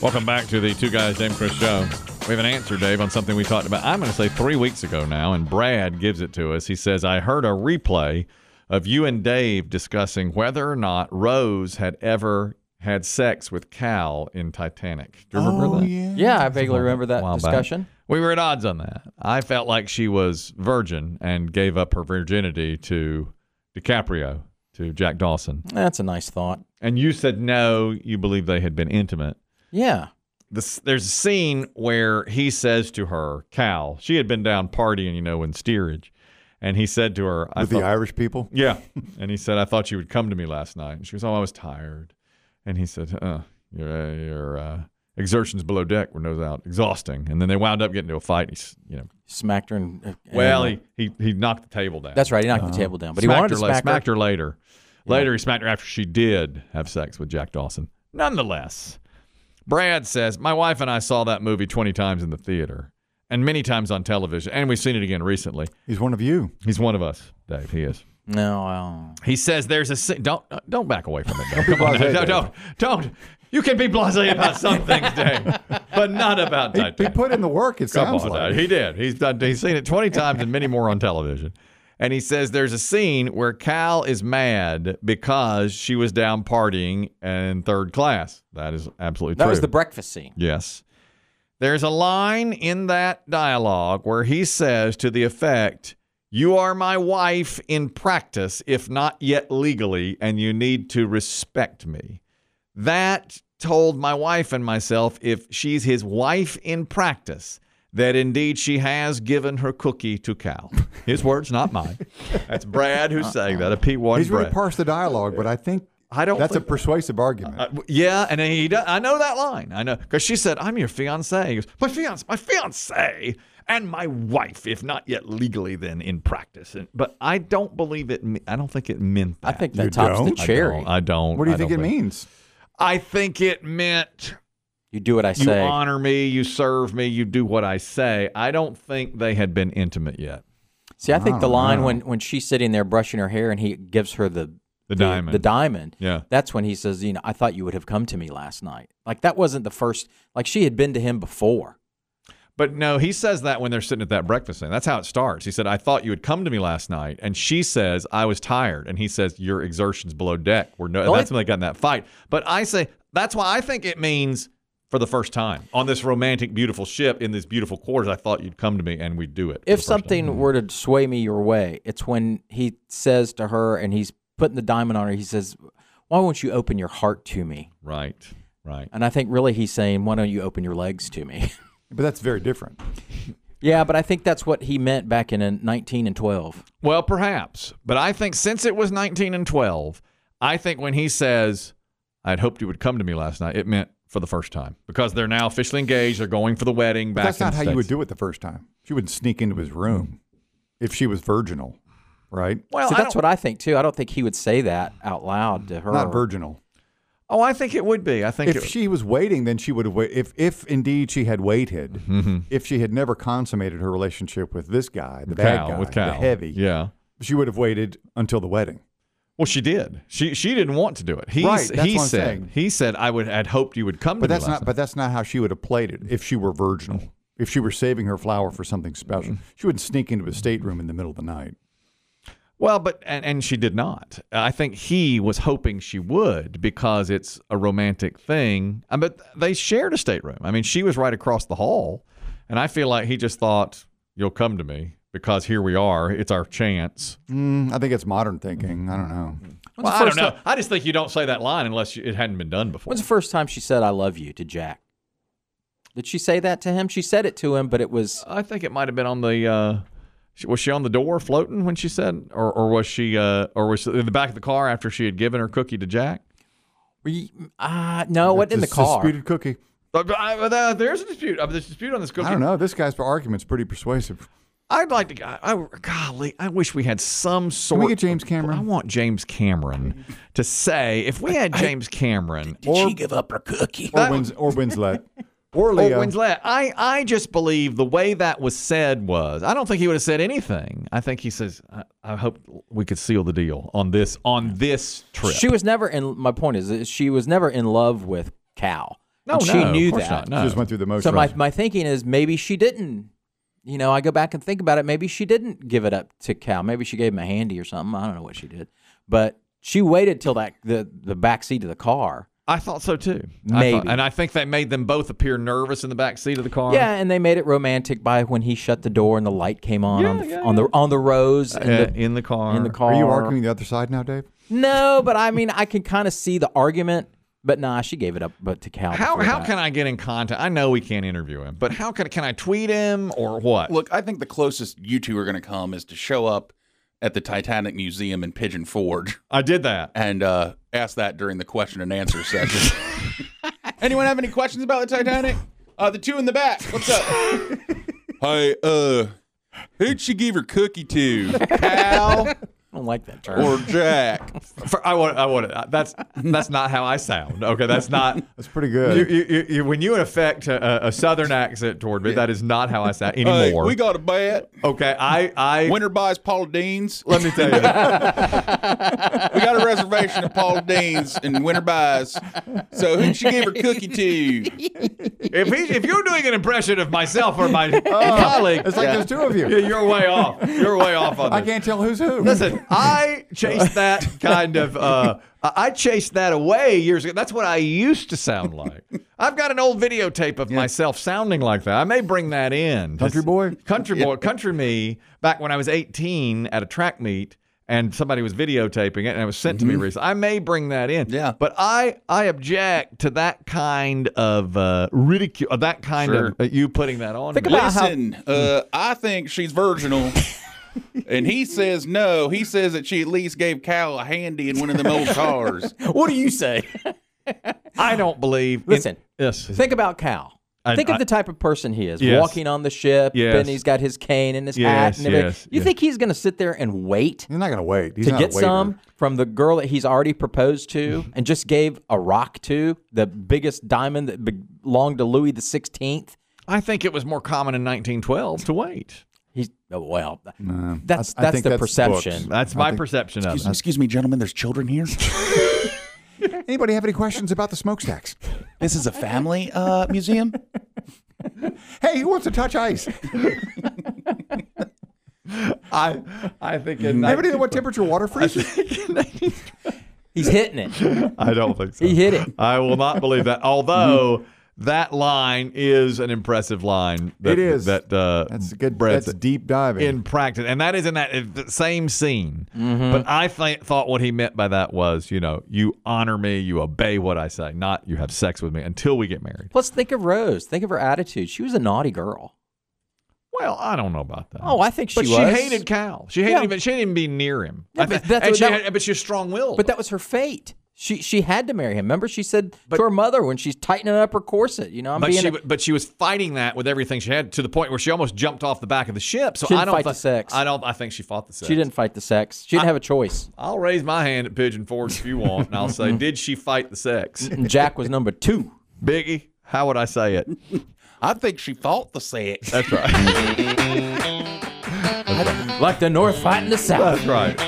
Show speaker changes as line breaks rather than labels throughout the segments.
Welcome back to the Two Guys Named Chris show. We have an answer, Dave, on something we talked about. I'm going to say three weeks ago now, and Brad gives it to us. He says, I heard a replay of you and Dave discussing whether or not Rose had ever had sex with Cal in Titanic. Do you remember that?
Yeah, I vaguely remember that
while back.
discussion.
We were at odds on that. I felt like she was virgin and gave up her virginity to DiCaprio, to Jack Dawson.
That's a nice thought.
And you said no, you believe they had been intimate.
Yeah.
This, there's a scene where he says to her, Cal, she had been down partying, you know, in steerage. And he said to her, I
With the
thought-
Irish people?
Yeah. And he said, I thought you would come to me last night. And she goes, Oh, I was tired. And he said, uh, Your, uh, your uh, exertions below deck were no doubt exhausting. And then they wound up getting into a fight. He's, you know,
Smacked her and. and-
well, he, he, he knocked the table down.
That's right. He knocked the table down, but he
Smacked
wanted to
her, la-
smack her.
smacked her later. Later, he smacked her after she did have sex with Jack Dawson. Nonetheless, Brad says, My wife and I saw that movie 20 times in the theater and many times on television, and we've seen it again recently.
He's one of you.
He's one of us, Dave. He is.
No, well,
He says there's a scene. Don't, uh, don't back away from it. Dave. Come on.
blasé,
Dave.
Dave.
Don't, don't. You can be blase about some things, Dave, but not about
He,
Titanic.
he put in the work, it
Come
sounds
on,
like.
Dad. he did. He's done. He's seen it twenty times and many more on television. And he says there's a scene where Cal is mad because she was down partying in third class. That is absolutely
that
true.
was the breakfast scene.
yes. There's a line in that dialogue where he says to the effect, "You are my wife in practice, if not yet legally, and you need to respect me." That told my wife and myself if she's his wife in practice, that indeed she has given her cookie to Cal. His words, not mine. That's Brad who's saying that, a P1
He's really
Brad.
parsed the dialogue, but I think
I don't
that's a
think-
persuasive argument.
Uh, w- yeah, and then he does, I know that line. I know because she said, "I'm your fiance." He goes, "My fiance, my fiance, and my wife, if not yet legally, then in practice." And, but I don't believe it. me- I don't think it meant
I
that.
think
You
that tops
don't?
the
I
I
cherry.
don't. I don't
what do you
I
think it
don't
means?
I think it meant
You do what I
you
say.
honor me, you serve me, you do what I say. I don't think they had been intimate yet.
See, I
Oh,
think the line when when she's sitting there brushing her hair and he gives her the
The diamond.
the diamond.
Yeah.
That's when he says, you know, I thought you would have come to me last night. Like that wasn't the first. Like she had been to him before.
But no, he says that when they're sitting at that breakfast thing. That's how it starts. He said, I thought you would come to me last night. And she says, I was tired. And he says, Your exertions below deck were no.
The only-
That's when they got in that fight. But I say, that's why I think it means for the first time on this romantic, beautiful ship in these beautiful quarters. I thought you'd come to me and we'd do it. for the
If
first time.
something were to sway me your way, it's when he says to her and he's putting the diamond on her. He says, "Why won't you open your heart to me?"
Right, right.
And I think really he's saying, "Why don't you open your legs to me?"
But that's very different.
yeah, but I think that's what he meant back in uh, 19 and 12.
Well, perhaps. But I think since it was 19 and 12, I think when he says, I'd hoped you would come to me last night, it meant for the first time because they're now officially engaged. They're going for the wedding
But
back
that's
in
not
the
how you would
States.
do it the first time. She wouldn't sneak into his room if she was virginal, right?
Well,
See,
I
that's
don't-
what I think too. I don't think he would say that out loud to her.
Not virginal.
Oh, I think it would be. I think
If
it,
she was waiting, then she would have waited. If, if indeed she had waited,
Mm-hmm.
if she had never consummated her relationship with this guy, the bad
Cal,
guy,
with Cal.
the heavy,
Yeah.
she would have waited until the wedding.
Well, she did. She she didn't want to do it. He
Right, that's
he
what I'm
said
saying.
he said I would had hoped you would come to
But
me
that's
last
not.
night."
But that's not how she would have played it if she were virginal. If she were saving her flower for something special, she wouldn't sneak into his stateroom in the middle of the night.
Well, but and, and she did not. I think he was hoping she would because it's a romantic thing. Uh, But they shared a stateroom. I mean, she was right across the hall, and I feel like he just thought you'll come to me because here we are. It's our chance.
Mm, I think it's modern thinking. I don't know.
Well, I don't know. I just think you don't say that line unless you, it hadn't been done before.
When's the first time she said "I love you" to Jack? Did she say that to him? She said it to him, but it was
I think it might have been on the. Uh, she- was she on the door floating when she said, or or was she, uh, or was she in the back of the car after she had given her cookie to Jack?
we- ah no, it wasn't in the
It's a
car.
Disputed cookie.
Uh, but I- but, uh, there's a dispute. Uh, There's a dispute on this cookie.
I don't know. This guy's argument's pretty persuasive.
I'd like to. I, I, golly, I wish we had some sort.
we get James Cameron?
I want James Cameron to say if we had James Cameron
Or,
Give up her cookie.
or, Wins, or Winslet. Or
or
Leo.
Winslet, I I just believe the way that was said was. I don't think he would have said anything. I think he says, I, I hope we could seal the deal on this on this trip.
She was never in. My point is, that she was never in love with Cal.
No,
And she
no,
knew
of course
that.
Not,
She
no.
just went through the motion.
So my, my thinking is maybe she didn't. You know, I go back and think about it. Maybe she didn't give it up to Cal. Maybe she gave him a handy or something. I don't know what she did, but she waited till that the the back seat of the car.
I thought so too. I
Maybe.
thought- and I think they made them both appear nervous in the back seat of the car.
Yeah, and they made it romantic by when he shut the door and the light came on on,
Yeah,
the,
yeah,
on the on the rose and
Uh,
the,
in the car.
in the car.
Are you arguing the other side now, Dave?
No, but I mean I can kind of see the argument. But nah, she gave it up. But to Cal,
How
before
how
that.
can I get in contact? I know we can't interview him, but how can can I tweet him or what?
Look, I think the closest you two are going to come is to show up at the Titanic Museum in Pigeon Forge
I did that.
and uh, ask that during the question and answer session. Anyone have any questions about the Titanic? Uh, the two in the back. What's up? Hi, uh, who'd she give her cookie to? Cal
I don't like that term?
or Jack?
For- I want I want that's that's not how I sound. Okay, that's not
That's pretty
you,
good.
you, you, you- when you affect uh, a, a southern accent toward me, that is not how I sound
Hey,
anymore.
we got a bet.
okay, I I
Winner buys Paula Dean's.
let me tell you.
We got a reservation at Paula Dean's and winner buys. So who'd she give her cookie to?
if he, if you're doing an impression of myself or my colleague,
Oh, It's like there's two of you.
you're way off. You're way off on this.
I can't tell who's who.
Listen, I chased that kind of. Uh, I I chased that away years ago. That's what I used to sound like. I've got an old videotape of myself sounding like that. I may bring that in.
Country boy?
country boy, country me. Back when I was 18 at a track meet, and somebody was videotaping it, and it was sent to me recently. I may bring that in.
Yeah.
but I I object to that kind of uh, ridicule. That kind
Sure.
of uh, you putting that on.
Think
me.
about how-
Listen, uh, I think she's virginal. And he says no. He says that she at least gave Cal a handy in one of them old cars.
What do you say?
I don't believe. in-
Listen.
yes.
Think about Cal.
I-
think
I-
of the type of person he is.
Yes.
Walking on the ship,
Yes.
and he's got his cane and his
Yes,
hat and everything.
yes,
you
yes.
think he's going to sit there and wait
He's not gonna wait. He's
to
not a
get
waiter.
some from the girl that he's already proposed to and just gave a rock to, the biggest diamond that be- belonged to Louis the Sixteenth?
I think it was more common in 1912 to wait.
He's oh, well, that's
I
that's
think
the
that's
perception.
books.
That's my perception of it.
Excuse me, gentlemen, there's children here.
Anybody have any questions about the smokestacks?
This is a family uh, museum.
Hey, who wants to touch ice?
I, I think in
Anybody know what temperature water freezes?
He's hitting it.
I don't think so.
He hit it.
I will not believe that. Although that line is an impressive line. That,
It is.
That uh,
That's a good.
breadth
That's deep diving.
in practice, and that is in that uh, the same scene.
Mm-hmm.
But I th- thought what he meant by that was, you know, you honor me, you obey what I say, not you have sex with me until we get married.
Plus, think of Rose. Think of her attitude. She was a naughty girl.
Well, I don't know about that.
Oh, I think she
but
was.
she hated Cal. She hated
Yeah.
even. She didn't even be near him.
Yeah,
I thi-
but that's
and
what
she
that-
had- but she was strong willed.
But that was her fate. She she had to marry him. Remember, she said to her mother when she's tightening up her corset, you know, I'm
But
being.
she,
a-
w but she was fighting that with everything she had to the point where she almost jumped off the back of the ship. So
She didn't
I don't
fight the
thi-
sex.
I don't. I think she fought the sex.
she didn't fight the sex. She didn't have a choice.
I'll raise my hand at Pigeon Forge if you want, and I'll say, did she fight the sex?
And Jack was number two.
Biggie, how would I say it?
I think she fought the sex.
That's right.
Like the North fighting the South.
That's right.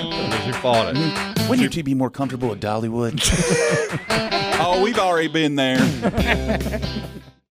She fought it.
Wouldn't you two be more comfortable at Dollywood? oh, we've already been there.